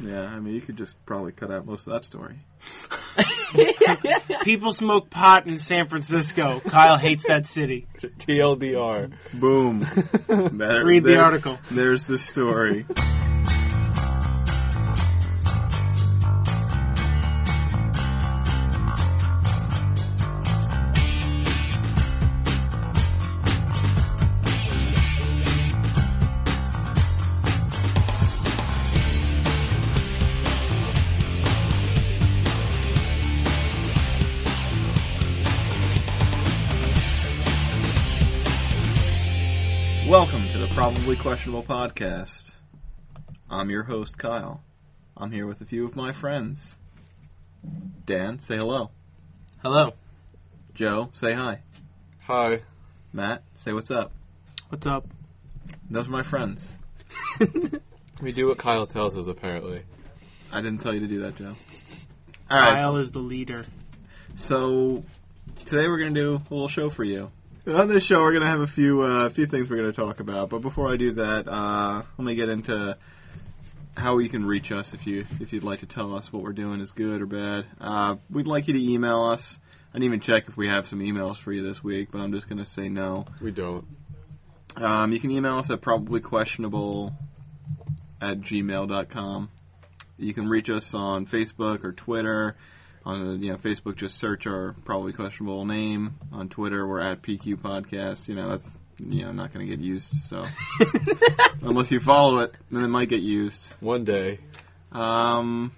Yeah, I mean, you could just probably cut out most of that story. People smoke pot in San Francisco. Kyle hates that city. TLDR. Boom. There- Read the there- article. There's the story. Welcome to the Probably Questionable Podcast. I'm your host, Kyle. I'm here with a few of my friends. Dan, say hello. Hello. Joe, say hi. Hi. Matt, say what's up. What's up? Those are my friends. We do what Kyle tells us, apparently. I didn't tell you to do that, Joe. Kyle Alright, is the leader. so today we're going to do a little show for you. On this show, we're going to have a few uh, few things we're going to talk about. But before I do that, uh, let me get into how you can reach us if you if you'd like to tell us what we're doing is good or bad. Uh, we'd like you to email us. I didn't even check if we have some emails for you this week, but I'm just going to say no. We don't. Um, you can email us at probablyquestionable at gmail.com. You can reach us on Facebook or Twitter. On you know Facebook, just search our probably questionable name. On Twitter, we're at PQ Podcast. You know that's you know not going to get used. So unless you follow it, then it might get used. One day. Um,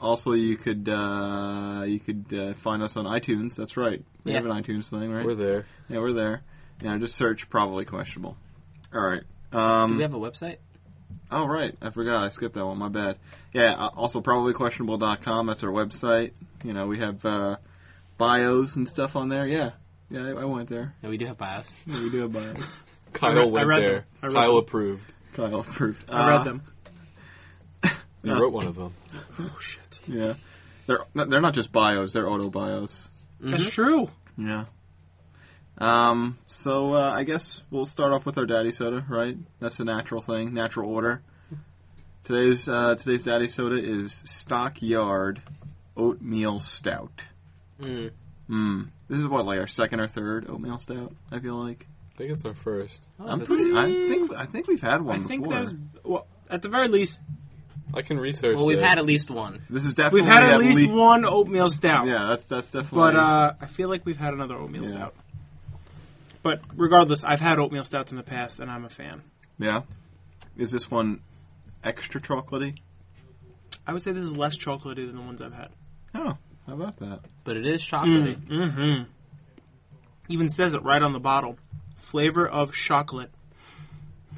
also, you could uh, you could uh, find us on iTunes. That's right. We have an Yeah. iTunes thing, right? We're there. Yeah, we're there. Yeah, just search probably questionable. All right. Do Um, we have a website? oh, right. I forgot. I skipped that one. My bad. Yeah, uh, also probablyquestionable.com. That's our website. You know, we have uh, bios and stuff on there. Yeah. Yeah, I, I went there. No, we do have bios. Yeah, we do have bios. Kyle I read- I went read there. them. I read Kyle them. approved. Kyle approved. I Uh, read them. You Uh. wrote one of them. Oh shit. Yeah. They're, they're not just bios. They're auto bios. That's true. Yeah. Um, so uh, I guess we'll start off with our daddy soda, right? That's a natural thing, natural order. Today's uh, today's daddy soda is Stockyard Oatmeal Stout. Mm. Mm. This is what like our second or third oatmeal stout. I feel like I think it's our first. Oh, I'm that's- pretty. I think I think we've had I one think before. there's well, at the very least. I can research. Well, we've this. had at least one. This is definitely We've had at at least lea- one oatmeal stout. Yeah, that's that's definitely. But uh, I feel like we've had another oatmeal Yeah. stout. But regardless, I've had oatmeal stouts in the past, and I'm a fan. yeah, is this one extra chocolatey? I would say this is less chocolatey than the ones I've had. Oh, how about that? but it is chocolatey. Mm-hmm. Even says it right on the bottle. Flavor of chocolate.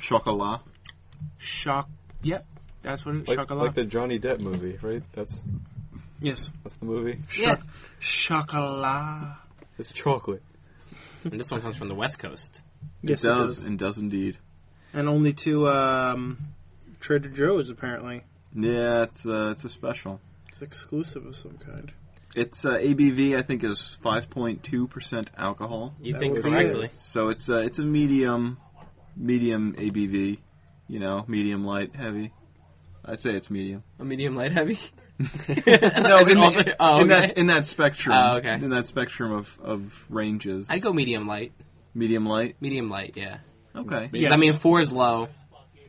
Chocolat. Choc. Yep. That's what it is. Like, chocolate. like the Johnny Depp movie, right? That's yes. that's the movie. Yeah. Chocolat. It's chocolate. And this one comes from the West Coast. Yes, it does and does indeed. And only to um, Trader Joe's, apparently. Yeah, it's uh, it's a special. It's exclusive of some kind. It's uh, ABV I think is 5.2 percent alcohol, You That think would be correctly. so it's uh, it's a medium medium ABV. You know, medium light heavy. I'd say it's medium. A medium light heavy? no, in, the- oh, in okay. that in that spectrum. Oh, okay. In that spectrum of, of ranges. I'd go medium light. medium light. Medium light, yeah. Okay. Yes. I mean, four is low.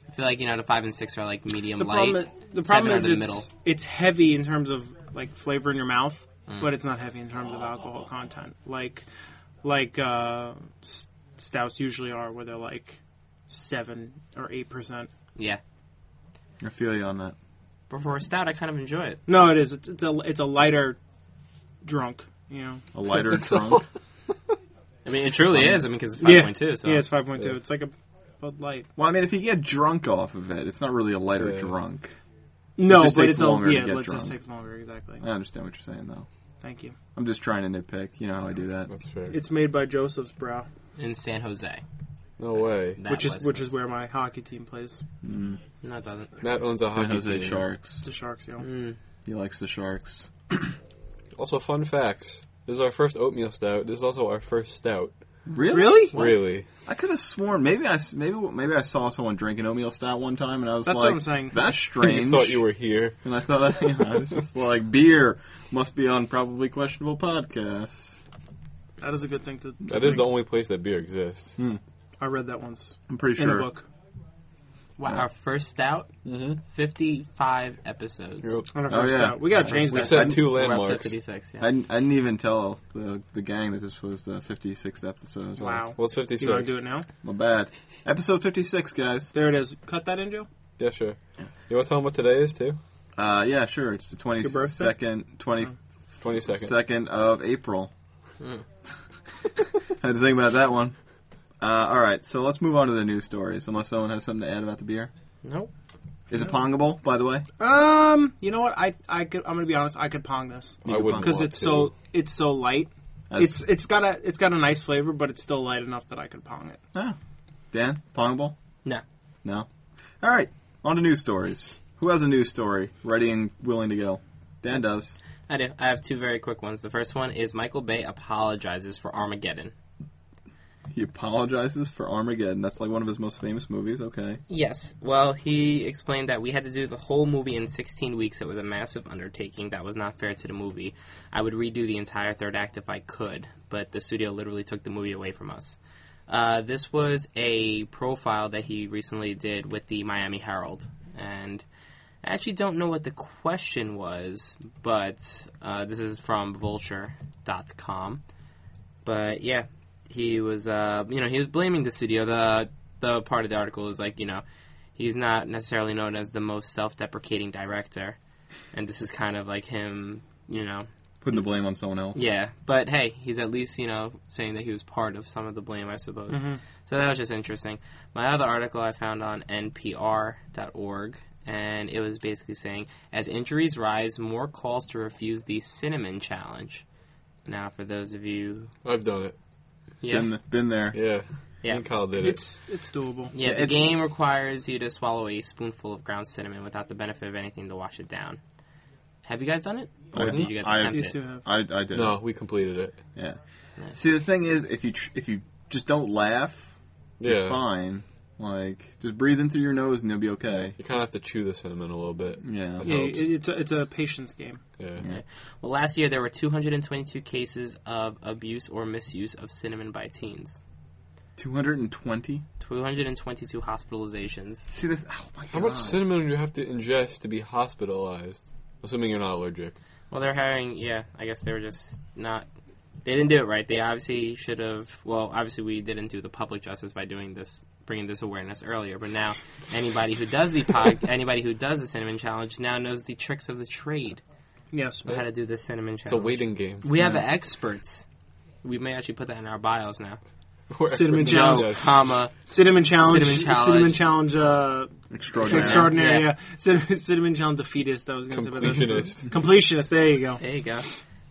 I feel like, you know, the five and six are like medium The light. problem, i- the seven problem are is the it's, it's heavy in terms of like flavor in your mouth, Mm. but it's not heavy in terms of alcohol content. Like like uh, s- stouts usually are, where they're like seven or eight percent. yeah. I feel you on that. But for a stout, I kind of enjoy it. No, it is. It's, it's a it's a lighter drunk. You know. A lighter That's drunk. I mean, it truly is. I mean, because it's Yeah. 5.2, so. Yeah, it's five point two. Yeah. It's like a Bud Light. Well, I mean, if you get drunk off of it, it's not really a lighter Yeah. drunk. No, just but takes it's a, longer to yeah. get but It just drunk. takes longer. Exactly. I understand what you're saying, though. Thank you. I'm just trying to nitpick. You know how I do that. That's fair. It's made by Joseph's Brow, In San Jose. no way. That which is West which Coast. is where my hockey team plays. No, it doesn't. Matt owns a San hockey Jose team. Sharks. The Sharks, you know. Mm. He likes the Sharks. Also, fun facts. This is our first oatmeal stout. This is also our first stout. Really? Really? Really? I could have sworn maybe I s- maybe maybe I saw someone drinking oatmeal stout one time, and I was That's like, what I'm saying. "That's You strange." thought you were here. and I thought, you know, I was just like, "Beer must be on probably questionable podcasts." That is a good thing to. That is the only place that beer exists. I read that once I'm pretty in a sure. book. Wow, our first stout, Mm-hmm. Mhm. 55 episodes. You're- On our Oh, first yeah. stout. We gotta change We We that. said two We're up to landmarks. 56, yeah. I, didn't- I didn't even tell the, the gang that this was the 56th episode. Wow. Well, it's you wanna 56. do it now? My bad. Episode 56, guys. There it is. Cut that in, Joe. Yeah, sure. You want to tell them what today is, too? Uh, yeah, sure. It's the 22nd, 22nd 22nd. of April. Mm. Had to think about that one. Uh, all right, so let's move on to the news stories, unless someone has something to add about the beer. Nope. Is it pongable, by the way? Um, you know what? I I could. I'm gonna be honest. I could pong this You I can pong wouldn't because want it's to. so it's so light. That's- It's it's got a it's got a nice flavor, but it's still light enough that I could pong it. Ah. Dan, pongable? No. No? All right, on to news stories. Who has a news story ready and willing to go? Dan does. I do. I have two very quick ones. The first one is Michael Bay apologizes for Armageddon. He apologizes for Armageddon. That's like one of his most famous movies. Okay. Yes. Well, he explained that we had to do the whole movie in 16 weeks. It was a massive undertaking that was not fair to the movie. I would redo the entire third act if I could, but the studio literally took the movie away from us. Uh, this was a profile that he recently did with the Miami Herald, and I actually don't know what the question was, but uh, this is from Vulture.com. But yeah, he was, uh, you know, he was blaming the studio. The the part of the article is like, you know, he's not necessarily known as the most self-deprecating director, and this is kind of like him, you know, Putting the blame on someone else. yeah. But hey, he's at least you know saying that he was part of some of the blame, I suppose. Mm-hmm. So that was just interesting. My other article I found on NPR.org, and it was basically saying as injuries rise, more calls to refuse the cinnamon challenge. Now, for those of you, I've done it. yeah, Been, been there. Yeah. Yeah. Me and Kyle did it. It's it's doable. Yeah, Yeah, the it- game requires you to swallow a spoonful of ground cinnamon without the benefit of anything to wash it down. Have you guys done it? Or I- did you I- guys attempt These it? two have. I, I did. No, we completed it. Yeah. Yeah. See, the thing is, if you tr- if you just don't laugh, Yeah. fine. Like, just breathe in through your nose and you'll be okay. You kind of have to chew the cinnamon a little bit. Yeah. Yeah, helps. it- it's a, it's a patience game. Yeah. Well, last year there were 222 cases of abuse or misuse of cinnamon by teens. 220? 222 hospitalizations. See, the, oh my god. How much cinnamon do you have to ingest to be hospitalized? Assuming you're not allergic. Well, they're hiring, yeah, I guess they were just not. They didn't do it right. They obviously should have. Well, obviously we didn't do the public justice by doing this, bringing this awareness earlier. But now anybody who does the pod, anybody who does the cinnamon challenge now knows the tricks of the trade. Yes. know how to do the cinnamon challenge. It's a waiting game. We have Yeah. experts. We may actually put that in our bios now. We're Cinnamon experts in challenge. Joe, ingest. comma, Cinnamon challenge. Cinnamon challenge. Cinnamon challenge. Uh, Extraordinary. extraordinary. Yeah. Yeah. Cinnamon, cinnamon challenge defeatist. I was gonna say, but that's- Completionist. completionist. There you go. there you go.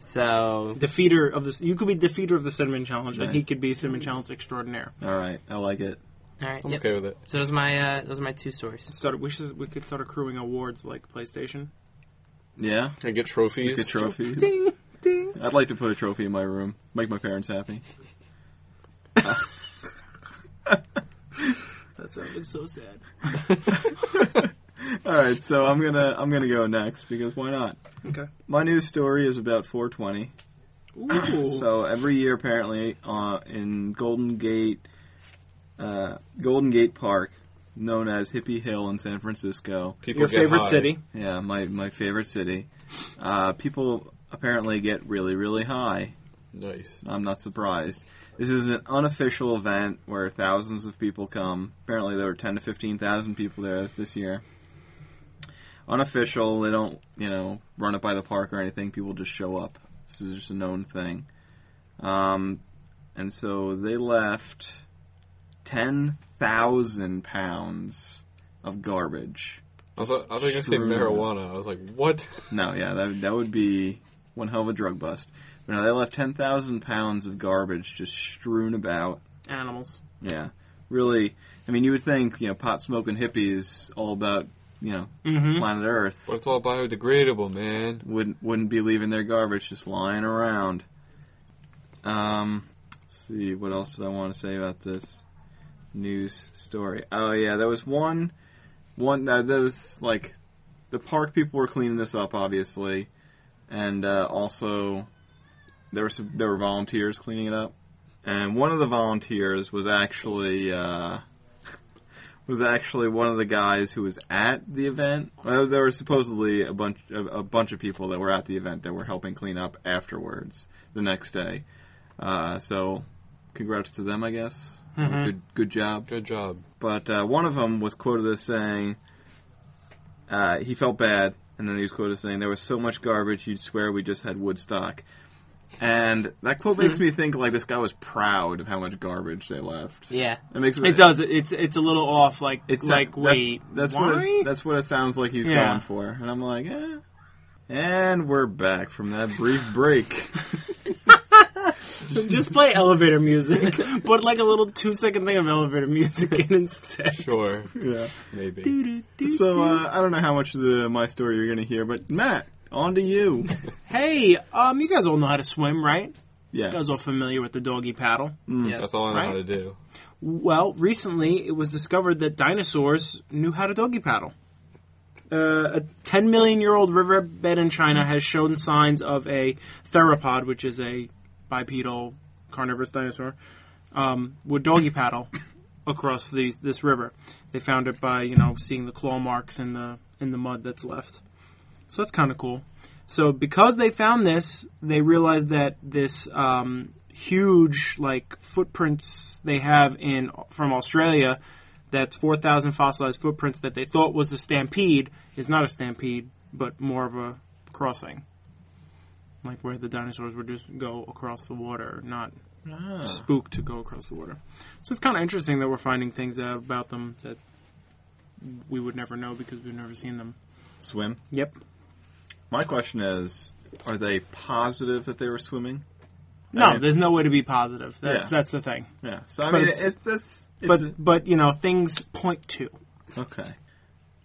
So Defeater of this. You could be defeater of the cinnamon challenge, and Nice. he could be cinnamon challenge extraordinaire. Alright, I like it. all right, I'm yep. okay with it. So those are my uh, those are my two stories. Start. We should. We could start accruing awards like PlayStation. Yeah? I get trophies. Get trophies. Ding ding. I'd like to put a trophy in my room. Make my parents happy. That sounded so sad. Alright, so I'm gonna I'm gonna go next because why not? Okay. My news story is about 420. Ooh. So every year, apparently, uh, in Golden Gate, uh, Golden Gate Park, known as Hippie Hill in San Francisco, People Your get favorite high. city. yeah, my my favorite city, uh, people apparently get really really high. Nice. I'm not surprised. This is an unofficial event where thousands of people come. Apparently, there were ten to fifteen thousand people there this year. Unofficial. They don't, you know, run it by the park or anything. People just show up. This is just a known thing. Um, and so they left ten thousand pounds of garbage. I thought I was gonna say Strewn. marijuana. I was like, what? No, yeah, that that would be one hell of a drug bust. But no, they left ten thousand pounds of garbage just strewn about. Animals. Yeah, really. I mean, you would think you know pot smoking hippies all about you know Mm-hmm. planet Earth But it's all biodegradable, man. wouldn't wouldn't be leaving their garbage just lying around. Um, Let's see, what else did I want to say about this news story? Oh yeah, there was one, one uh, there was like, the park people were cleaning this up, obviously, and uh, also there were some, there were volunteers cleaning it up, and one of the volunteers was actually. Uh, was actually one of the guys who was at the event. Well, there were supposedly a bunch of a bunch of people that were at the event that were helping clean up afterwards the next day. Uh, so, congrats to them, I guess. Mhm. Good good job. Good job. But uh, one of them was quoted as saying uh, he felt bad, and then he was quoted as saying there was so much garbage you'd swear we just had Woodstock. And that quote Hmm. makes me think like this guy was proud of how much garbage they left. Yeah. It makes me, It does. It's it's a little off. Like it's like that- wait, That's, that's why? what it, that's what it sounds like he's Yeah. going for, and I'm like, eh. And we're back from that brief break. Just play elevator music, but like a little two second thing of elevator music in instead. Sure. yeah. Maybe. So uh, I don't know how much of the, my story you're gonna hear, but Matt, on to you. hey, um, you guys all know how to swim, right? Yeah. You guys all familiar with the doggy paddle? Yes. Mm, That's all I know how to Right. do. Well, recently it was discovered that dinosaurs knew how to doggy paddle. Uh, a 10 million year old riverbed in China has shown signs of a theropod, which is a bipedal carnivorous dinosaur, um, would doggy paddle across the, this river. They found it by you know seeing the claw marks in the in the mud that's left. So that's kind of cool. So because they found this, they realized that this um, huge like footprints they have in from Australia, that's four thousand fossilized footprints that they thought was a stampede is not a stampede, but more of a crossing, like where the dinosaurs would just go across the water, not Ah. spook to go across the water. So it's kind of interesting that we're finding things out about them that we would never know because we've never seen them. Swim. Yep. My question is, are they positive that they were swimming? No, mean- there's no way to be positive. That's Yeah. that's the thing. Yeah. So I But mean, it's- it's, that's it's But but you know things point to. a- okay.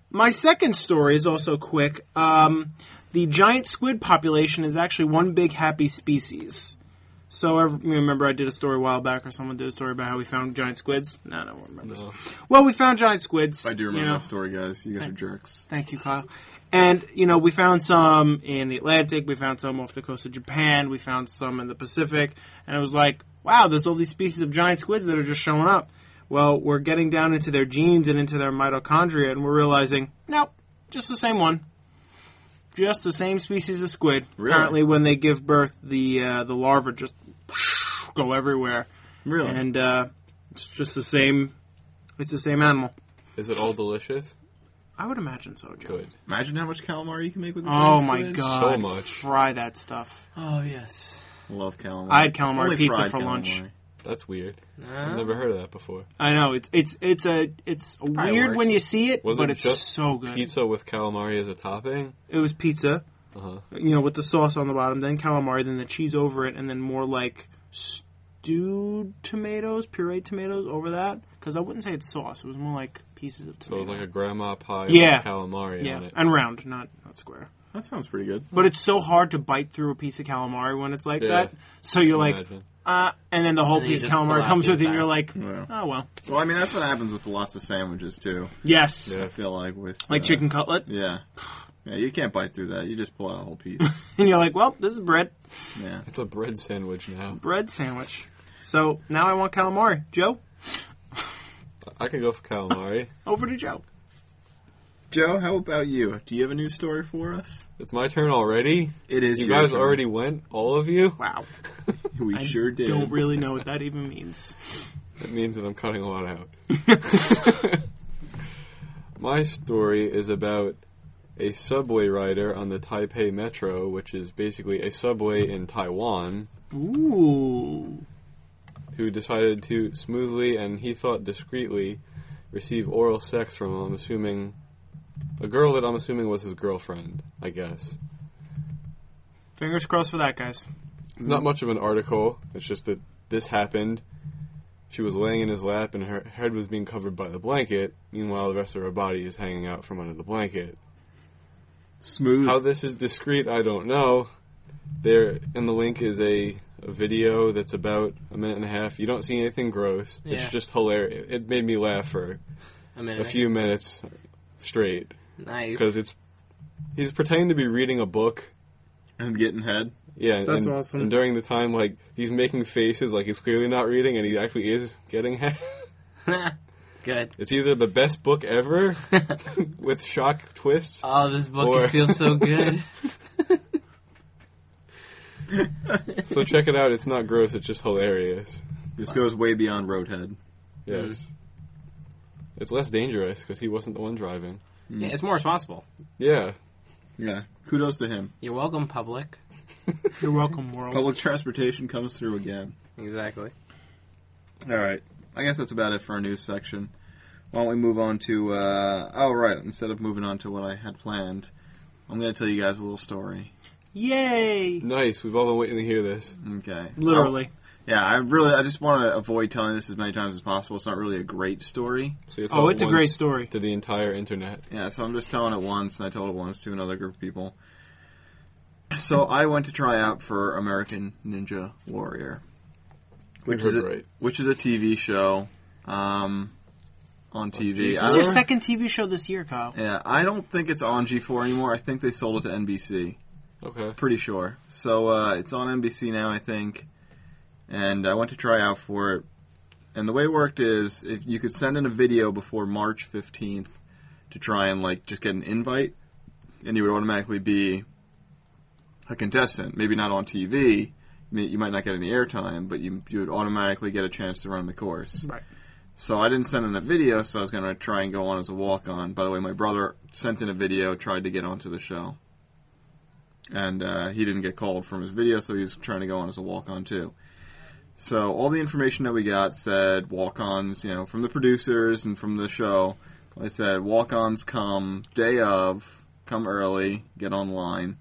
My second story is also quick. Um, the giant squid population is actually one big happy species. So I remember I did a story a while back, or someone did a story about how we found giant squids. No, no one remembers. No. Well, we found giant squids. I do remember you know. that story, guys. You guys are jerks. Thank you, Kyle. And you know, we found some in the Atlantic. We found some off the coast of Japan. We found some in the Pacific. And it was like, wow, there's all these species of giant squids that are just showing up. Well, we're getting down into their genes and into their mitochondria, and we're realizing, nope, just the same one, just the same species of squid. Really? Apparently, when they give birth, the uh, the larvae just go everywhere, Really? and uh, it's just the same. It's the same animal. Is it all delicious? I would imagine so, Joe. Good. Imagine how much calamari you can make with. The Oh giant my squid. god! So much. Fry that stuff. Oh yes. I love calamari. I had calamari Only pizza fried for lunch. calamari. That's weird. Nah. I've never heard of that before. I know it's it's it's a it's weird works. when you see it, Was but it it's just so good. Pizza with calamari as a topping? It was pizza, Uh huh. you know, with the sauce on the bottom, then calamari, then the cheese over it, and then more like stewed tomatoes, pureed tomatoes over that. Because I wouldn't say it's sauce; it was more like pieces of So tomato. it's like a grandma pie Yeah. with calamari yeah, on it. and round, not not square. That sounds pretty good. But it's so hard to bite through a piece of calamari when it's like Yeah. that. So you're like, Imagine. ah, and then the whole And then you piece of just pull calamari out comes the with it, and entire- you're like, Yeah. oh well. Well, I mean, that's what happens with lots of sandwiches too. Yes. Yeah. I feel like with Like uh, chicken cutlet. Yeah, yeah. You can't bite through that. You just pull out a whole piece. And you're like, well, this is bread. yeah. It's a bread sandwich now. Bread sandwich. So now I want calamari. Joe, I could go for calamari. over to Joe. Joe, how about you? Do you have a news story for us? it's my turn already. It is. You your guys turn. already went, all of you. Wow. We I sure did. don't really know what that even means. That means that I'm cutting a lot out. My story is about a subway rider on the Taipei Metro, which is basically a subway in Taiwan, Ooh. who decided to smoothly and he thought discreetly receive oral sex from, I'm assuming, a girl that I'm assuming was his girlfriend, I guess. Fingers crossed for that, guys. It's not much of an article, it's just that this happened. She was laying in his lap and her head was being covered by the blanket, meanwhile, the rest of her body is hanging out from under the blanket. smooth. Mm. How this is discreet, I don't know. There, in the link is a a video that's about a minute and a half. You don't see anything gross. Yeah. It's just hilarious. It made me laugh for I mean, a few minutes straight nice. because it's he's pretending to be reading a book. and getting head. Yeah, That's and, awesome. And during the time, like he's making faces, like he's clearly not reading, and he actually is getting head. Good. It's either the best book ever with shock twists. Oh, this book Or- feels so good. So check it out. It's not gross. It's just hilarious. This goes way beyond Roadhead. Mm. Yes. It's less dangerous because he wasn't the one driving. yeah, it's more responsible. Yeah. Yeah, kudos to him. You're welcome, public. You're welcome, world. Public transportation comes through again. Exactly. All right, I guess that's about it for our news section. Why don't we move on to? Uh, oh, right. Instead of moving on to what I had planned, I'm going to tell you guys a little story. Yay! Nice. We've all been waiting to hear this. Okay. Literally. Yeah, I really, I just want to avoid telling this as many times as possible. It's not really a great story. So you Oh, told it's a once great story. To the entire internet. Yeah, so I'm just telling it once, and I told it once to another group of people. So I went to try out for American Ninja Warrior, which You is heard a, right. which is a TV show um, on TV. Jesus. I This don't- is your second TV show this year, Kyle. yeah, I don't think it's on G4 anymore. I think they sold it to NBC. Okay. Pretty sure. So uh, it's on NBC now, I think. And I went to try out for it. And the way it worked is if you could send in a video before March 15th to try and like just get an invite, and you would automatically be a contestant. Maybe not on TV. I mean, You might not get any airtime, but you, you would automatically get a chance to run the course. Right. So I didn't send in a video, so I was going to try and go on as a walk on. By the way, my brother sent in a video, tried to get onto the show. And uh, he didn't get called from his video, so he was trying to go on as a walk on too. So all the information that we got said walk ons, you know, from the producers and from the show. They said walk ons come day of, come early, get online.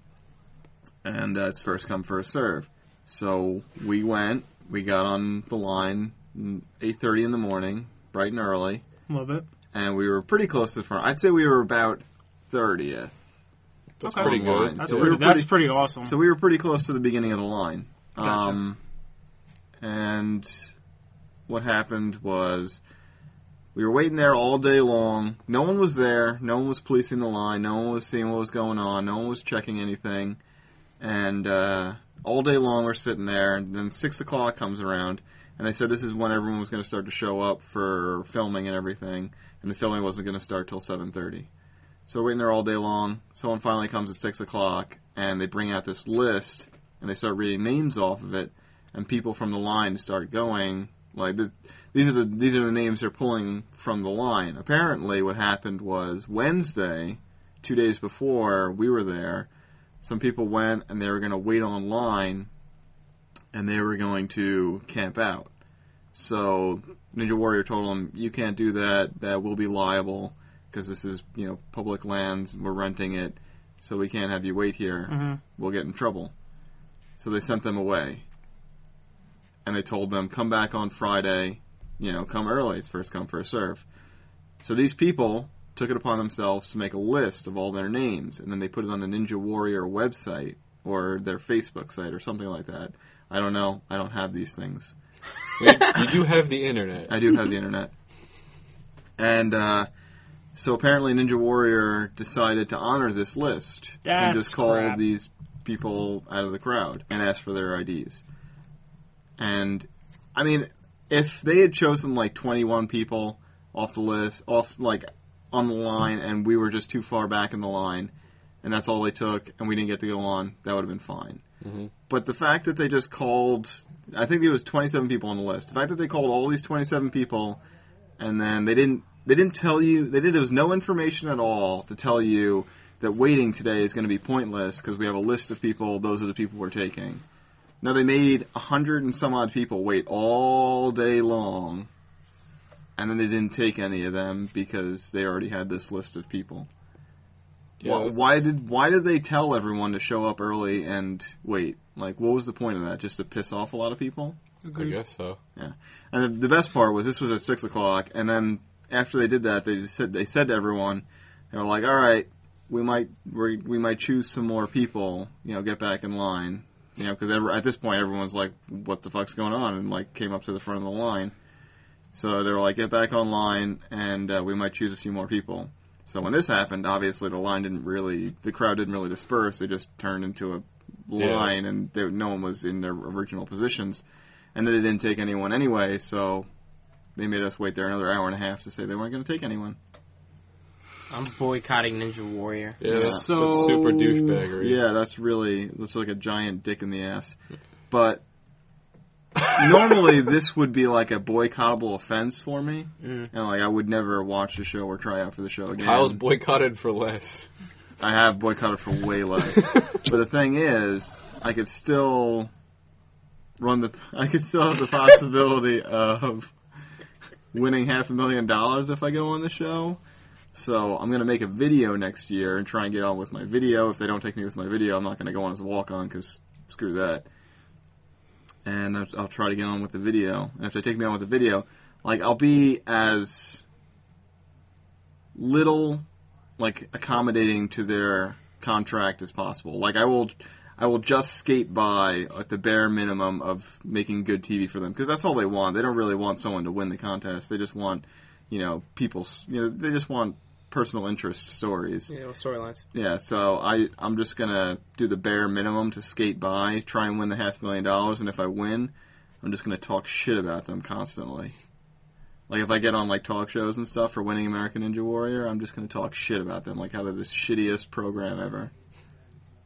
And uh, it's first come, first serve. So we went, we got on the line 8.30 in the morning, bright and early, Love it. and we were pretty close to the front. I'd say we were about 30th. That's Okay. pretty Online. good. That's, So we pretty, were that's pretty- pretty awesome. So we were pretty close to the beginning of the line. Gotcha. Um, and what happened was we were waiting there all day long. No one was there. No one was policing the line. No one was seeing what was going on. No one was checking anything. And uh, all day long we're sitting there. And then 6 o'clock comes around. And they said this is when everyone was going to start to show up for filming and everything. And the filming wasn't going to start till 7.30. So we're waiting there all day long. Someone finally comes at six o'clock, and they bring out this list, and they start reading names off of it, and people from the line start going like, this, "These are the these are the names they're pulling from the line." Apparently, what happened was Wednesday, two days before we were there, some people went and they were going to wait on line, and they were going to camp out. So Ninja Warrior told them, "You can't do that. That will be liable." because this is you know public lands. We're renting it, so we can't have you wait here. Mhm. We'll get in trouble. So they sent them away, and they told them come back on Friday. You know, come early. It's first come first serve. So these people took it upon themselves to make a list of all their names, and then they put it on the Ninja Warrior website or their Facebook site or something like that. I don't know. I don't have these things. you do have the internet. I do have the internet. And uh, so apparently Ninja Warrior decided to honor this list and That's just called crap. these people out of the crowd and asked for their IDs. And I mean, if they had chosen like 21 people off the list, off like on the line, and we were just too far back in the line, and that's all they took, and we didn't get to go on, that would have been fine. But the fact that they just called, I think there was 27 people on the list. The fact that they called all these 27 people, and then they didn't, they didn't tell you, they did, there was no information at all to tell you that waiting today is going to be pointless because we have a list of people. Those are the people we're taking. Now they made a hundred and some odd people wait all day long, and then they didn't take any of them because they already had this list of people. Yeah, Why- that's- why did why did they tell everyone to show up early and wait? Like, what was the point of that? Just to piss off a lot of people? I guess so. And the, the best part was this was at six o'clock, and then after they did that, they just said they said to everyone, they were like, "All right, we might we're, we might choose some more people. You know, get back in line You know, because at this point everyone's like, "What the fuck's going on?" and like came up to the front of the line. So they were like, "Get back online, and uh, we might choose a few more people." So when this happened, obviously the line didn't really, the crowd didn't really disperse. They just turned into a Yeah. line, and they, no one was in their original positions. And then they didn't take anyone anyway, so they made us wait there another hour and a half to say they weren't going to take anyone. I'm boycotting Ninja Warrior. Yeah, that's, that's So- super douchebaggery. Yeah, that's really that's like a giant dick in the ass. But normally this would be like a boycottable offense for me, Mm. and like I would never watch the show or try out for the show again. Kyle's boycotted for less. I have boycotted for way less. but the thing is, I could still run the. I could still have the possibility of winning half a million dollars if I go on the show. So I'm gonna make a video next year and try and get on with my video. If they don't take me with my video, I'm not gonna go on as a walk on because screw that. And I'll, I'll try to get on with the video. And if they take me on with the video, like I'll be as little like accommodating to their contract as possible. Like I will, I will just skate by at the bare minimum of making good TV for them because that's all they want. They don't really want someone to win the contest. They just want, you know, people's, you know, they just want personal interest stories. Yeah, well, storylines. Yeah, so I I'm just gonna do the bare minimum to skate by, try and win the half million dollars, and if I win, I'm just gonna talk shit about them constantly. Like if I get on like talk shows and stuff for winning American Ninja Warrior, I'm just gonna talk shit about them, like how they're the shittiest program ever.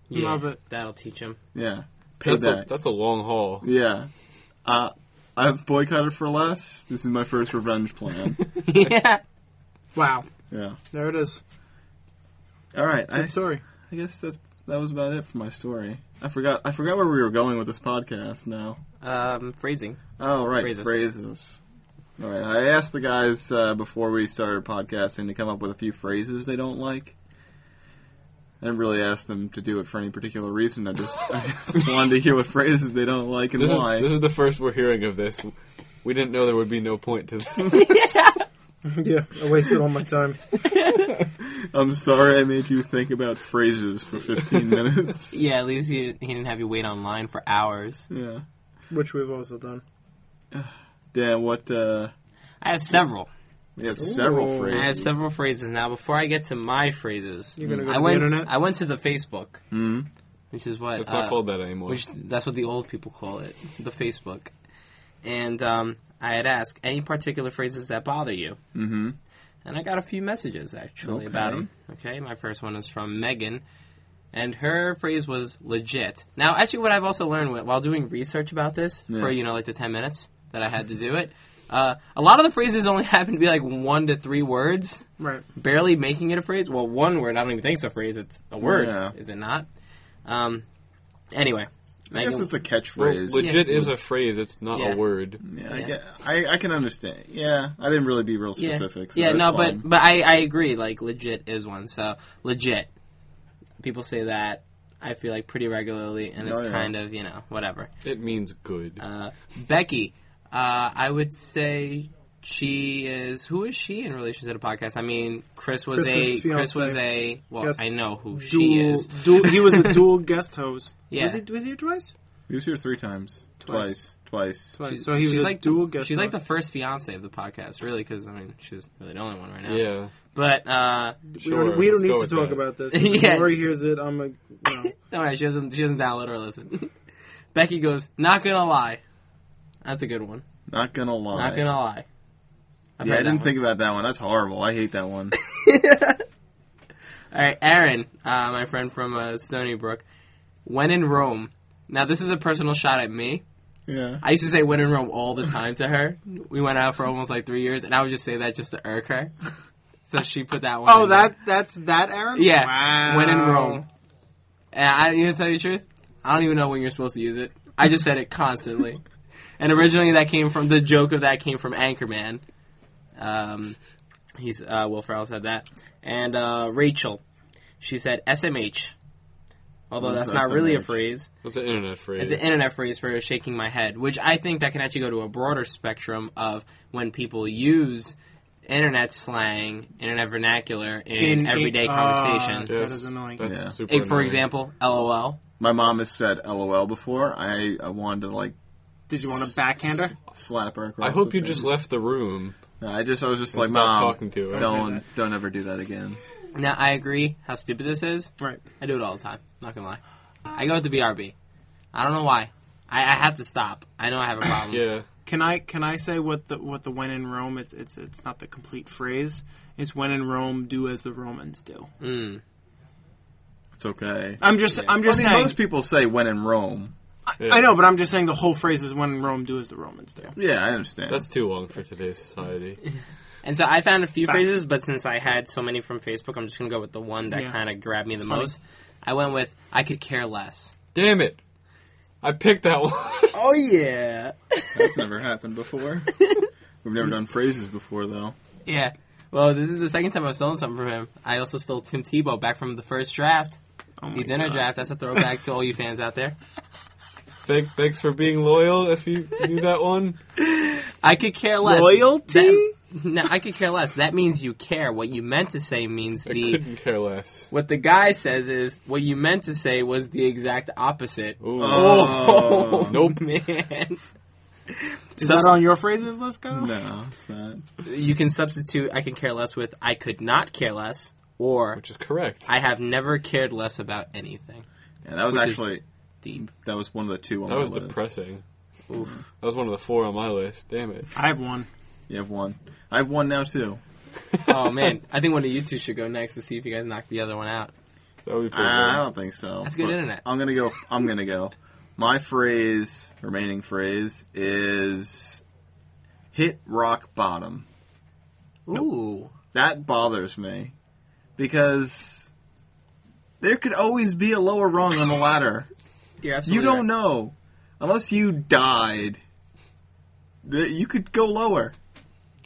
Yeah, Love it. That'll teach him. Yeah, That's a, payback. that's a long haul. Yeah, uh, I've boycotted for less. This is my first revenge plan. yeah. Wow. yeah. There it is. All right, I, Good story. I guess that's that was about it for my story. I forgot I forgot where we were going with this podcast now. Um, phrasing. Oh right, Phrases. phrases. All right, I asked the guys uh, before we started podcasting to come up with a few phrases they don't like. I didn't really ask them to do it for any particular reason. I just, I just wanted to hear what phrases they don't like and This is, why. this is the first we're hearing of this. We didn't know there would be no point to this. yeah, I wasted all my time. I'm sorry I made you think about phrases for 15 minutes. Yeah, at least he, he didn't have you wait online for hours. Yeah. Which we've also done. Dan, what? Uh, I have several. we have several Ooh. phrases. I have several phrases now. Before I get to my phrases, You're gonna go I to the went. internet? I went to the Facebook, Mhm. which is what It's not uh, called that anymore. which that's what the old people call it, the Facebook. And um, I had asked any particular phrases that bother you, Mhm. and I got a few messages Okay. actually about 'em. about them. Okay, my first one is from Megan, and her phrase was legit. Now, actually, what I've also learned wh- while doing research about this Yeah. for you know like the ten minutes that I had to do it, uh, a lot of the phrases only happen to be like one to three words Right. barely making it a phrase. Well, one word. I don't even think it's a phrase. It's a word. Yeah. Is it not? Um. Anyway, I guess it's a Well, catchphrase. legit is a phrase. It's not Yeah. a word. Yeah, I, Yeah. get, I I can understand. Yeah, I didn't really be real yeah. specific. so yeah. that's No, fine. but but I I agree. Like legit is one. So legit. People say that. I feel like pretty regularly, and it's Oh, yeah. kind of you know whatever. It means good. Uh, Becky, uh, I would say she is. Who is she in relation to the podcast? I mean, Chris was Chris's a Chris fiancé. was a. Well, Guest- I know who she Dual, is. dual, he was a dual guest host. Yeah. Was he, was he here twice? He was here three times. Twice. Twice. Twice. Twice. so he was she's a like dual the, guest She's like the host. first fiance of the podcast, really, because I mean she's really the only one right now. yeah, But uh, sure. we don't, we don't let's go need with to talk that. about this. Yeah. If Lori hears it, I'm a. No. all right, she doesn't she doesn't download or listen. Becky goes, not gonna lie. That's a good one. Not gonna lie. Not gonna lie. I've yeah, I heard that didn't one. think about that one. That's horrible. I hate that one. All right, Aaron, uh, my friend from uh, Stony Brook, when in Rome. Now this is a personal shot at me. yeah. I used to say when in Rome all the time to her. We went out for almost like three years, and I would just say that just to irk her. So she put that one. Oh, in there. that that's that Aaron. Yeah, Wow. when in Rome. And I you know, to tell you the truth, I don't even know when you're supposed to use it. I just said it constantly. and originally, that came from the joke of that came from Anchorman. Um, he's uh, Will Ferrell said that, and uh, Rachel, she said SMH. Although What's that's not really a SMH? phrase, that's an internet phrase. it's an internet phrase for shaking my head, which I think that can actually go to a broader spectrum of when people use internet slang, internet vernacular in, everyday uh, conversation. Ah. That is annoying. That's Yeah. super. Like, for annoying. example, LOL. my mom has said LOL before. I, I wanted to like Did you want a backhander? slap her. Across I hope the you just face. left the room. I just I was just and like, stopped mom, talking to her. don't don't, ever do that again. Now I agree how stupid this is. Right. I do it all the time. Not gonna lie. I go with the BRB. I don't know why. I, I have to stop. I know I have a problem. Yeah. Can I can I say what the what the when in Rome? It's it's it's not the complete phrase. It's when in Rome, do as the Romans do. Mm. It's okay. I'm just I'm just I mean, saying. most people say when in Rome. I- I know, but I'm just saying the whole phrase is when in Rome, do as the Romans do. Yeah, I understand. That's too long for today's society. And so I found a few Facts. phrases, but since I had so many from Facebook, I'm just gonna go with the one that Yeah. kind of grabbed me the funny. most. I went with I could care less. Damn it! I picked that one. Oh yeah. That's never happened before. We've never done phrases before though. Yeah. Well, this is the second time I've stolen something from him. I also stole Tim Tebow back from the first draft, Oh my the dinner God. draft. That's a throwback to all you fans out there. Thank, thanks for being loyal. If you knew that one, I could care less. Loyalty? That- no, I could care less. That means you care. What you meant to say means I the. couldn't care less. What the guy says is what you meant to say was the exact opposite. Ooh. Uh, Oh. Nope. man. Is that on your phrases list, Kyle? No, it's not. you can substitute I can care less with I could not care less or Which is correct. I have never cared less about anything. Yeah, that was Which is- actually Deep. that was one of the two. On that my was list. depressing. Oof. That was one of the four on my list. Damn it. I have one. You have one. I have one now too. Oh man, I think one of you two should go next to see if you guys knock the other one out. That would be pretty I good. don't think so. That's good But internet. I'm gonna go. I'm gonna go. My phrase, remaining phrase, is hit rock bottom. Ooh. That bothers me because there could always be a lower rung on the ladder. You're You absolutely don't know unless you died. that You could go lower.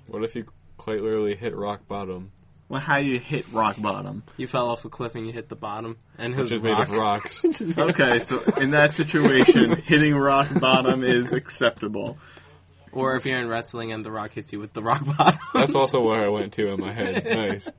What if you quite literally hit rock bottom, Well, how you hit rock bottom? You fell off a cliff and you hit the bottom and it which was is made rock. of rocks? Okay, so in that situation, hitting rock bottom is acceptable. Or if you're in wrestling and the rock hits you with the rock bottom. That's also where I went to in my head. Nice.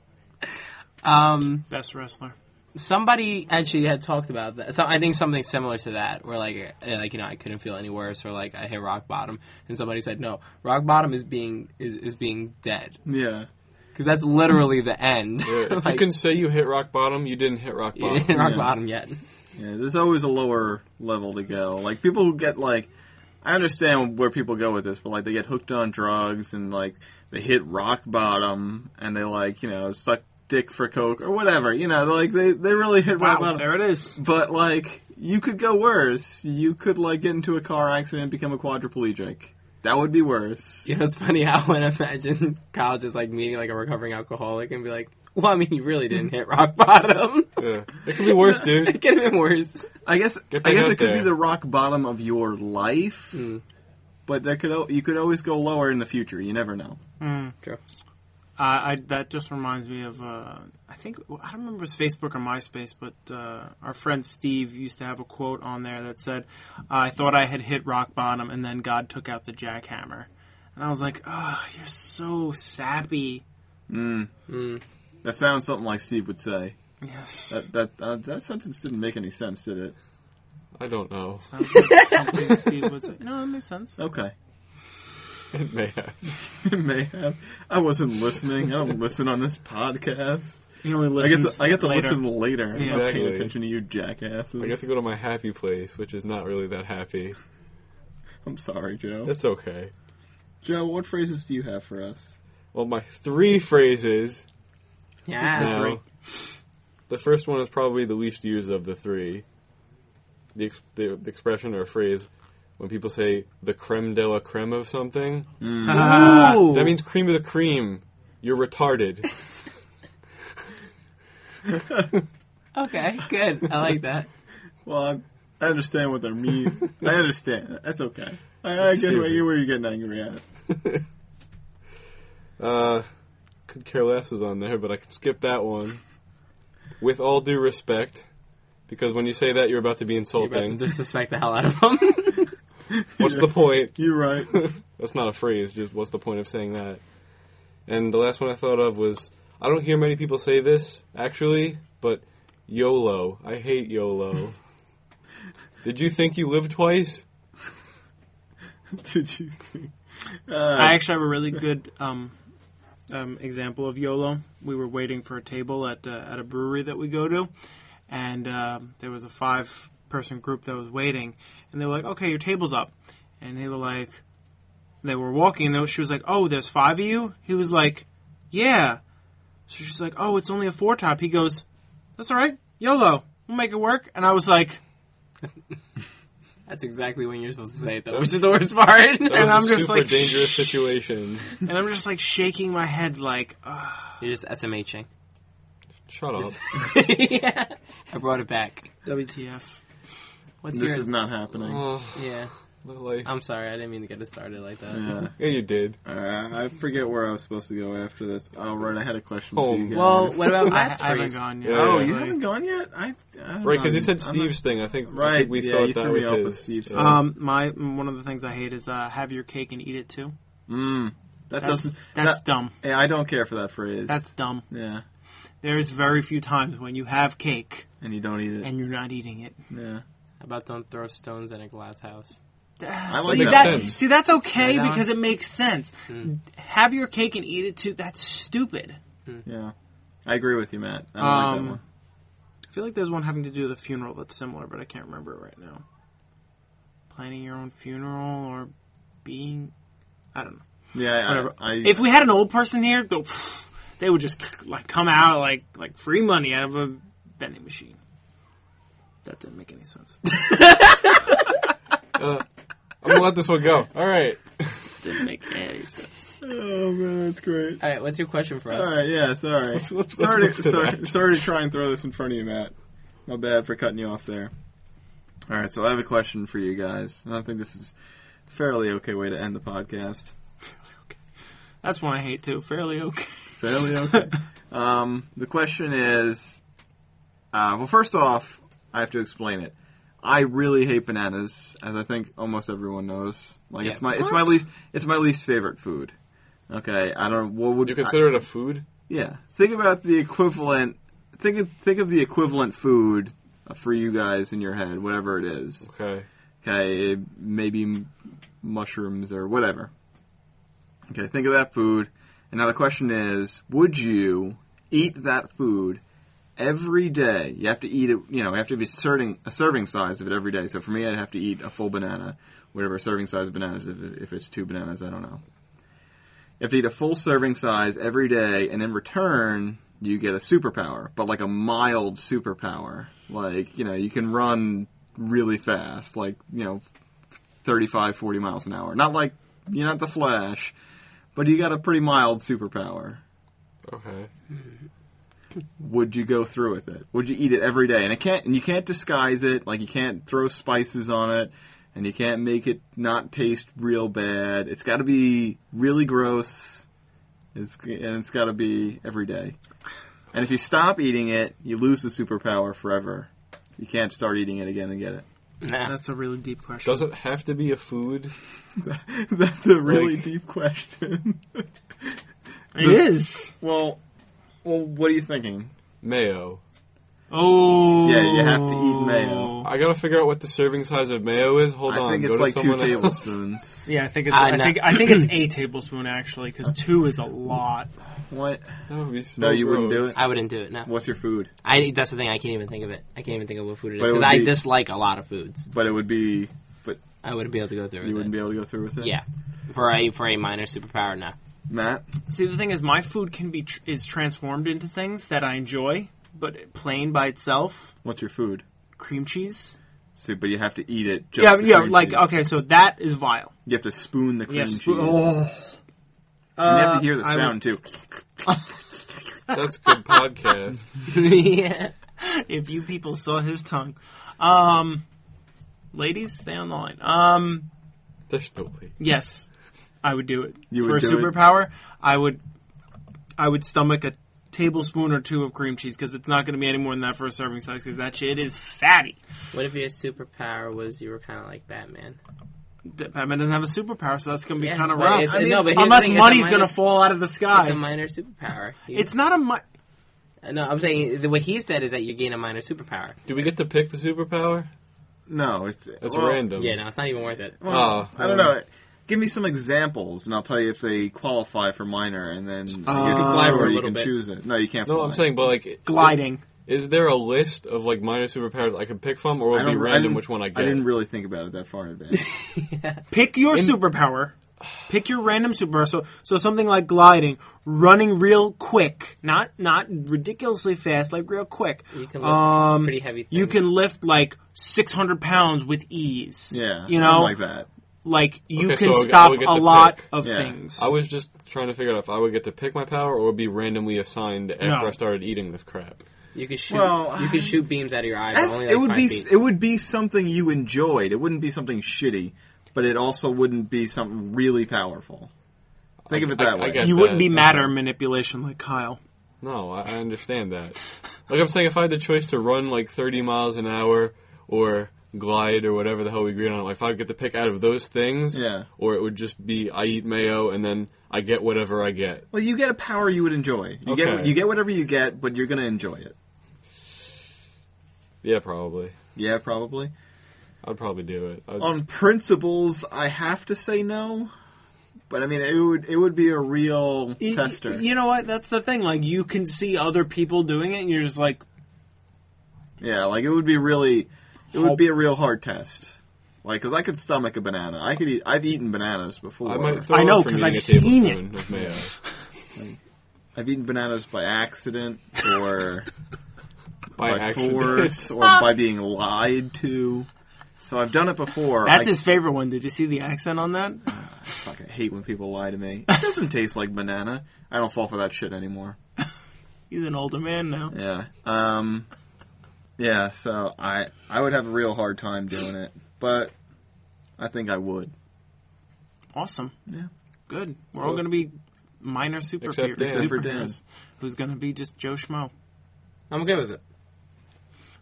um Best wrestler. somebody actually had talked about that. So I think something similar to that, where like, uh, like you know, I couldn't feel any worse, or like I hit rock bottom, and somebody said, "No, rock bottom is being is, is being dead, Yeah. because that's literally the end." Yeah, if you Like, can say you hit rock bottom, you didn't hit rock you bottom. didn't hit rock Yeah. bottom yet. Yeah, there's always a lower level to go. Like people who get like, I understand where people go with this, but like they get hooked on drugs and like they hit rock bottom and they like you know suck dick for coke or whatever. You know, like they they really hit rock Wow, bottom. there it is. But like you could go worse. You could like get into a car accident and become a quadriplegic. That would be worse. You know, it's funny how when I imagine Kyle just like meeting like a recovering alcoholic and be like, "Well, I mean, you really didn't hit rock bottom. Yeah. It could be worse, dude. it could have been worse." I guess Get I that guess out it could be there. Hmm. the rock bottom of your life. Mm. But there could al- you could always go lower in the future. You never know. Mm. True. Uh, I, that just reminds me of, uh, I think, I don't remember if it was Facebook or MySpace, but uh, our friend Steve used to have a quote on there that said, I thought I had hit rock bottom and then God took out the jackhammer. And I was like, oh, you're so sappy. Mm. Mm. That sounds something like Steve would say. Yes. That that uh, that sentence didn't make any sense, did it? I don't know. Sounds like something Steve would say. No, it made sense. Okay, It may have. it may have. I wasn't listening. I don't listen on this podcast. He only I get listens to I get to later. listen later. I'm not Exactly. paying attention to you jackasses. I got to go to my happy place, which is not really that happy. I'm sorry, Joe. That's okay. Joe, what phrases do you have for us? Well, my three phrases Yeah. now. The first one is probably the least used of the three. The, ex- the, the expression or phrase when people say the creme de la creme of something, Ah, that means cream of the cream. You're retarded. Okay. Good. I like that. Well, I, I understand what they mean. I understand. That's okay. I, I get where you where you're getting angry at. Uh, could care less is on there, but I can skip that one. With all due respect, because when you say that, you're about to be You're about to insulting. disrespect the hell out of him. What's the point? You're right. That's not a phrase. Just what's the point of saying that? And the last one I thought of was I don't hear many people say this actually, but YOLO. I hate YOLO. Did you think you lived twice? Did you think? I Uh, actually have a really good um, um, example of YOLO. We were waiting for a table at uh, at a brewery that we go to, and um there was a five person group that was waiting, and they were like, "Okay, your table's up," and they were like, they were walking, and they- she was like, "Oh, there's five of you." He was like, "Yeah," so she's like, "Oh, it's only a four top." He goes, "That's all right, YOLO, we'll make it work," and I was like, That's exactly when you're supposed to say it, though, which is the worst part. That was And a I'm just super like, dangerous "Shh." situation. and I'm just like shaking my head, like, Ugh. you're just SMHing. Shut up. yeah. I brought it back. "WTF." What's this your? is not happening. Oh, yeah. my life. I'm sorry. I didn't mean to get it started like that. yeah. yeah, you did. Uh, I forget where I was supposed to go after this. Oh, right, I had a question Oh, for you guys. Well, what about I, Matt's I haven't phrase? gone yet. Yeah. Oh, Yeah. you haven't gone yet? I, I don't Right, because know. he said I'm not- Steve's thing. I think, I Right, think we yeah, thought you that threw me was off his. with Steve's Yeah. thing. Um, my one of the things I hate is uh, have your cake and eat it too. Mm, that That's doesn't. that's that- dumb. yeah, I don't care for that phrase. That's dumb. yeah, There's very few times when you have cake and you don't eat it. and you're not eating it. yeah, How about don't throw stones in a glass house? I like see, that. that, Sense. see, that's okay Yeah, that because it makes sense. Hmm. Hmm. Have your cake and eat it too. That's stupid. yeah. I agree with you, Matt. I don't like Um, that one. I feel like there's one having to do with a funeral that's similar, but I can't remember it right now. Planning your own funeral or being, I don't know. Yeah, whatever. I, I, if we had an old person here, though, pff, they would just like come out like like free money out of a vending machine. That didn't make any sense. I'm gonna let this one go. All right. didn't make any sense. oh man, that's great. All right. What's your question for us? All right, yeah, sorry. Let's- let's- let's sorry, move to sorry, that. sorry to try and throw this in front of you, Matt. My bad for cutting you off there. All right, so I have a question for you guys, and I think this is a fairly okay way to end the podcast. That's one I hate too. Fairly okay. Fairly okay. um, the question is, uh, well, first off, I have to explain it. I really hate bananas, as I think almost everyone knows. Like Yeah. it's my it's my What? least it's my least favorite food. Okay, I don't. What would You I- consider it a food? Yeah. Think about the equivalent. Think of, think of the equivalent food for you guys in your head, whatever it is. Okay. Okay, maybe m- mushrooms or whatever. Okay, think of that food. And now the question is, would you eat that food every day? You have to eat it. You know, you have to be serving a serving size of it every day. So for me, I'd have to eat a full banana, whatever serving size of bananas. If, if it's two bananas, I don't know. You have to eat a full serving size every day, and in return, you get a superpower, but like a mild superpower. Like, you know, you can run really fast, like, you know, 35, 40 miles an hour. Not like, you're not the Flash, but you got a pretty mild superpower. Okay. Would you go through with it? Would you eat it every day? And it can't, and you can't disguise it, like you can't throw spices on it, and you can't make it not taste real bad. It's gotta be really gross, it's, and it's gotta be every day. And if you stop eating it, you lose the superpower forever. You can't start eating it again and get it. Nah. That's a really deep question. Does it have to be a food? That's a really Like- deep question. It is. well, well, what are you thinking? Mayo. Oh, Yeah, you have to eat mayo. I gotta figure out what the serving size of mayo is. Hold I on. think go it's to like two someone else. tablespoons. Yeah, I think it's, Uh, I no. think I think it's a tablespoon actually because two is a lot. what? That would be so No, you wouldn't do gross. it. I wouldn't do it. No. What's your food? I. That's the thing. I can't even think of it. I can't even think of what food it is But it because would I be- dislike a lot of foods. But it would be. But I wouldn't be able to go through. you with wouldn't it. be able to go through with it. Yeah. For a for a minor superpower, no. Matt. See, the thing is, my food can be tr- is transformed into things that I enjoy, but plain by itself, What's your food? cream cheese. See, but you have to eat it. Just Yeah, the yeah, cream like cheese. okay, so that is vile. You have to spoon Oh, uh, the cream Yes. cheese. Uh, And Oh. you have to hear the sound too. That's good podcast. yeah. if you people saw his tongue. Um, ladies, stay on the line. Um, There's no place. yes, I would do it You for would a do it? superpower. I would, I would stomach a tablespoon or two of cream cheese because it's not going to be any more than that for a serving size because that shit is fatty. What if your superpower was you were kind of like Batman? Batman doesn't have a superpower, so that's going to be Yeah, kind of but rough. it's- no, but here's the unless thing, it's a money's going to minus- fall out of the It's a sky, minor superpower. Uh, You- it's not a. Mi- no. I'm saying what he said is that you gain a minor superpower. Do we get to pick the superpower? No, it's That's well, random. Yeah, no, it's not even worth it. Well, Oh, I don't yeah. know. Give me some examples, and I'll tell you if they qualify for minor, and then you Uh, You can fly fly for a where you little can bit. choose it. No, you can't. No, fly. I'm saying, but like, Gliding. Is there a list of like minor superpowers I could pick from, or I will it be don't- I random didn't- which one I get? I didn't really think about it that far in advance. Pick your superpower. Pick your random superpower. So, so something like gliding, running real quick, not not ridiculously fast, like real quick. You can lift Um, pretty heavy. Things. You can lift like 600 pounds with ease. yeah, something you know, like that. Like, you Okay, can so I would- I stop would get a to lot pick. of Yeah. things. I was just trying to figure out if I would get to pick my power or be randomly assigned after No. I started eating this crap. You could shoot. Well, you could shoot beams out of your eyes. but That's- only like it would five be feet. it would be something you enjoyed. It wouldn't be something shitty, but it also wouldn't be something really powerful. Think of it I- that I way. guess- you wouldn't be that- matter manipulation like Kyle. No, I, I understand that. like I'm saying, if I had the choice to run like 30 miles an hour or glide or whatever the hell we agreed on, like if I get to pick out of those things, Yeah. or it would just be I eat mayo and then I get whatever I get. Well, you get a power you would enjoy. You get Okay. you get whatever you get, but you're gonna enjoy it. Yeah, probably. Yeah, probably. I'd probably do it. I'd, Oh, On principles, I have to say no, but I mean it would it would be a real Y- y- tester. You know what? That's the thing. Like, you can see other people doing it, and you're just like, Yeah, like it would be really, it would be a real hard test. Like, cause I could stomach a banana. I could eat. I've eaten bananas before. I might throw I know, up from 'cause eating I've a seen it. tablespoon of mayo. I've eaten bananas by accident, or By, by accident. force, or by being lied to. So I've done it before. that's I his favorite one. Did you see the accent on that? fucking hate when people lie to me. It doesn't taste like banana. I don't fall for that shit anymore. He's an older man now. Yeah. Um. Yeah. So I I would have a real hard time doing it, but I think I would. Awesome. Yeah. Good. We're So- all going to be minor super Except Dan. Except for superheroes. Who's going to be just Joe Schmo. I'm good with it.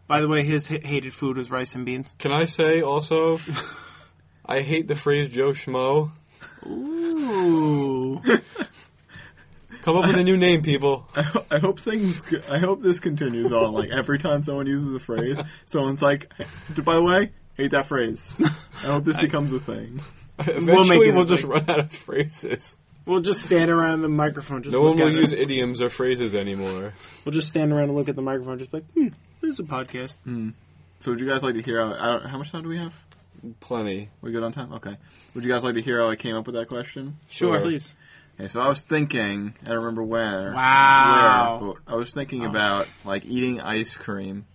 By the way, his h- hated food was rice and beans. Can I say also? I hate the phrase Joe Schmo. Ooh. Come up with a new name, people. I, ho- I hope things. c- I hope this continues on. Like every time someone uses a phrase, someone's like, "By the way, hate that phrase." I hope this becomes a thing. Eventually, make we'll, it a just thing. run out of phrases. we'll just stand around the microphone. Just No look one will at it. use idioms or phrases anymore. We'll just stand around and look at the microphone. Just like, hmm, this is a podcast. So, would you guys like to hear? How, I don't, how much time do we have? Plenty. We good on time? Okay. Would you guys like to hear how I came up with that question? Sure, please. Okay, so I was thinking. I don't remember where. Wow. Where, but I was thinking about like eating ice cream,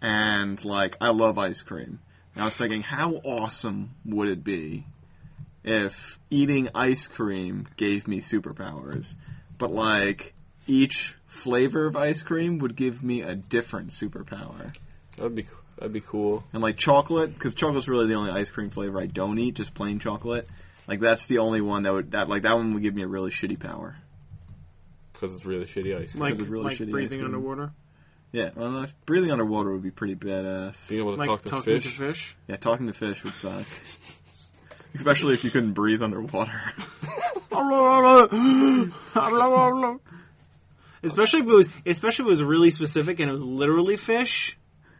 and like I love ice cream. And I was thinking, how awesome would it be if eating ice cream gave me superpowers? But like each flavor of ice cream would give me a different superpower. That'd be that'd be cool. And like chocolate, because chocolate's really the only ice cream flavor I don't eat, just plain chocolate. Like that's the only one that would that like that one would give me a really shitty power. Because it's really shitty ice cream. Like, it's really like shitty ice breathing cream. underwater, Yeah, well, uh, breathing underwater would be pretty badass. Being able to like talk to talking fish. to fish. Yeah, talking to fish would suck. Especially if you couldn't breathe underwater. especially if it was, especially if it was really specific and it was literally fish.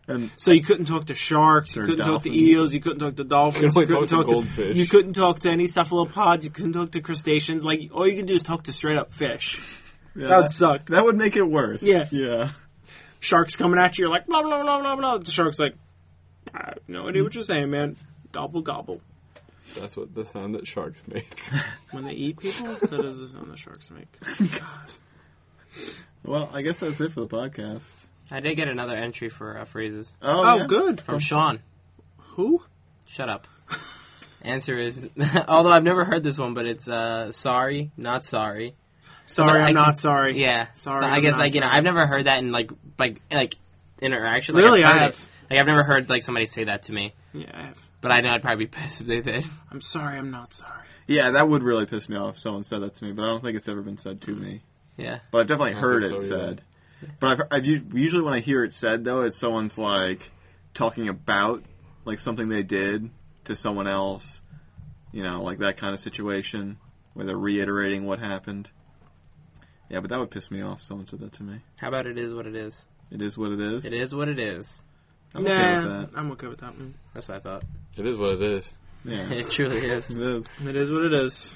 and So you couldn't talk to sharks, you Or couldn't talk to dolphins. eels, you couldn't talk to dolphins, You you could only couldn't talk talk to to goldfish. you couldn't talk to any cephalopods, you couldn't talk to crustaceans. Like all you can do is talk to straight up fish. yeah, That would suck. That would make it worse. Yeah. Yeah. Sharks coming at you, you're like blah blah blah blah blah. The shark's like, I have no idea what you're saying, man. Gobble gobble. That's what the sound that sharks make. When they eat people, that is the sound the sharks make. Well, I guess that's it for the podcast. I did get another entry for uh, phrases Oh, Oh, yeah. good. from Sean. Who? Shut up. Answer is, although I've never heard this one, but it's uh, sorry, not sorry. Sorry, I I'm can- not sorry. Yeah, Sorry, So I I'm guess not like you know, sorry. I've never heard that in like like like interaction. Like, Really, I've heard I have. it. Like I've never heard like somebody say that to me, Yeah, I have. but I know I'd probably be pissed if they did. I'm sorry, I'm not sorry. Yeah, that would really piss me off if someone said that to me, but I don't think it's ever been said to me. Yeah, But I've definitely I don't heard think it so either. said. But I've, I've u- usually when I hear it said though, it's someone's like talking about like something they did to someone else, you know, like that kind of situation where they're reiterating what happened. Yeah, but that would piss me off. if Someone said that to me. how about it is what it is. It is what it is. It is what it is. I'm nah, okay with that. I'm okay with that. mm. That's what I thought. It is what it is. Yeah. It truly is. It is. It is what it is.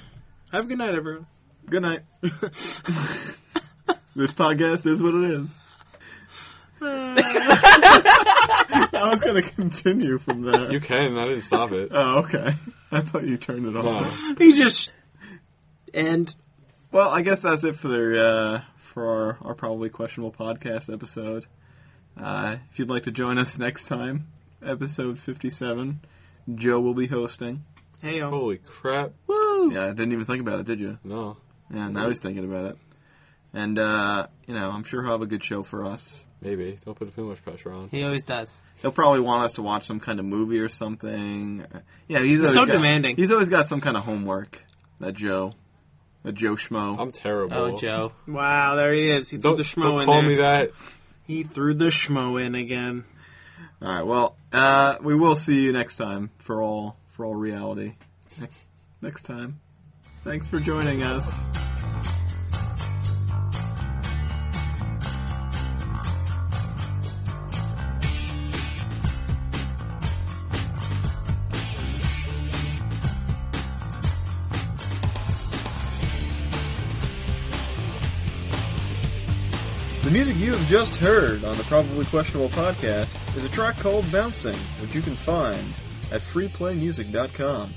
Have a good night, everyone. Good night. this podcast is what it is. I was going to continue from there. You can. I didn't stop it. oh, okay. I thought you turned it No. off. He just and Well, I guess that's it for the, uh, for our, our probably questionable podcast episode. Uh, if you'd like to join us next time, episode 57, Joe will be hosting. hey yo. Holy crap. Woo! Yeah, I didn't even think about it, did you? No. Yeah, now he's thinking about it. And, uh, you know, I'm sure he'll have a good show for us. Maybe. Don't put too much pressure on. He always does. He'll probably want us to watch some kind of movie or something. Yeah, he's, always so got- demanding. He's always got some kind of homework. That Joe, that Joe Schmo. I'm terrible. Oh, Joe. Wow, there he is. He threw Don't, the schmo don't in call there. me that. He threw the schmo in again. All right. Well, uh, we will see you next time for all for all reality. Next time. Thanks for joining us. The music you have just heard on the Probably Questionable podcast is a track called Bouncing, which you can find at freeplaymusic.com.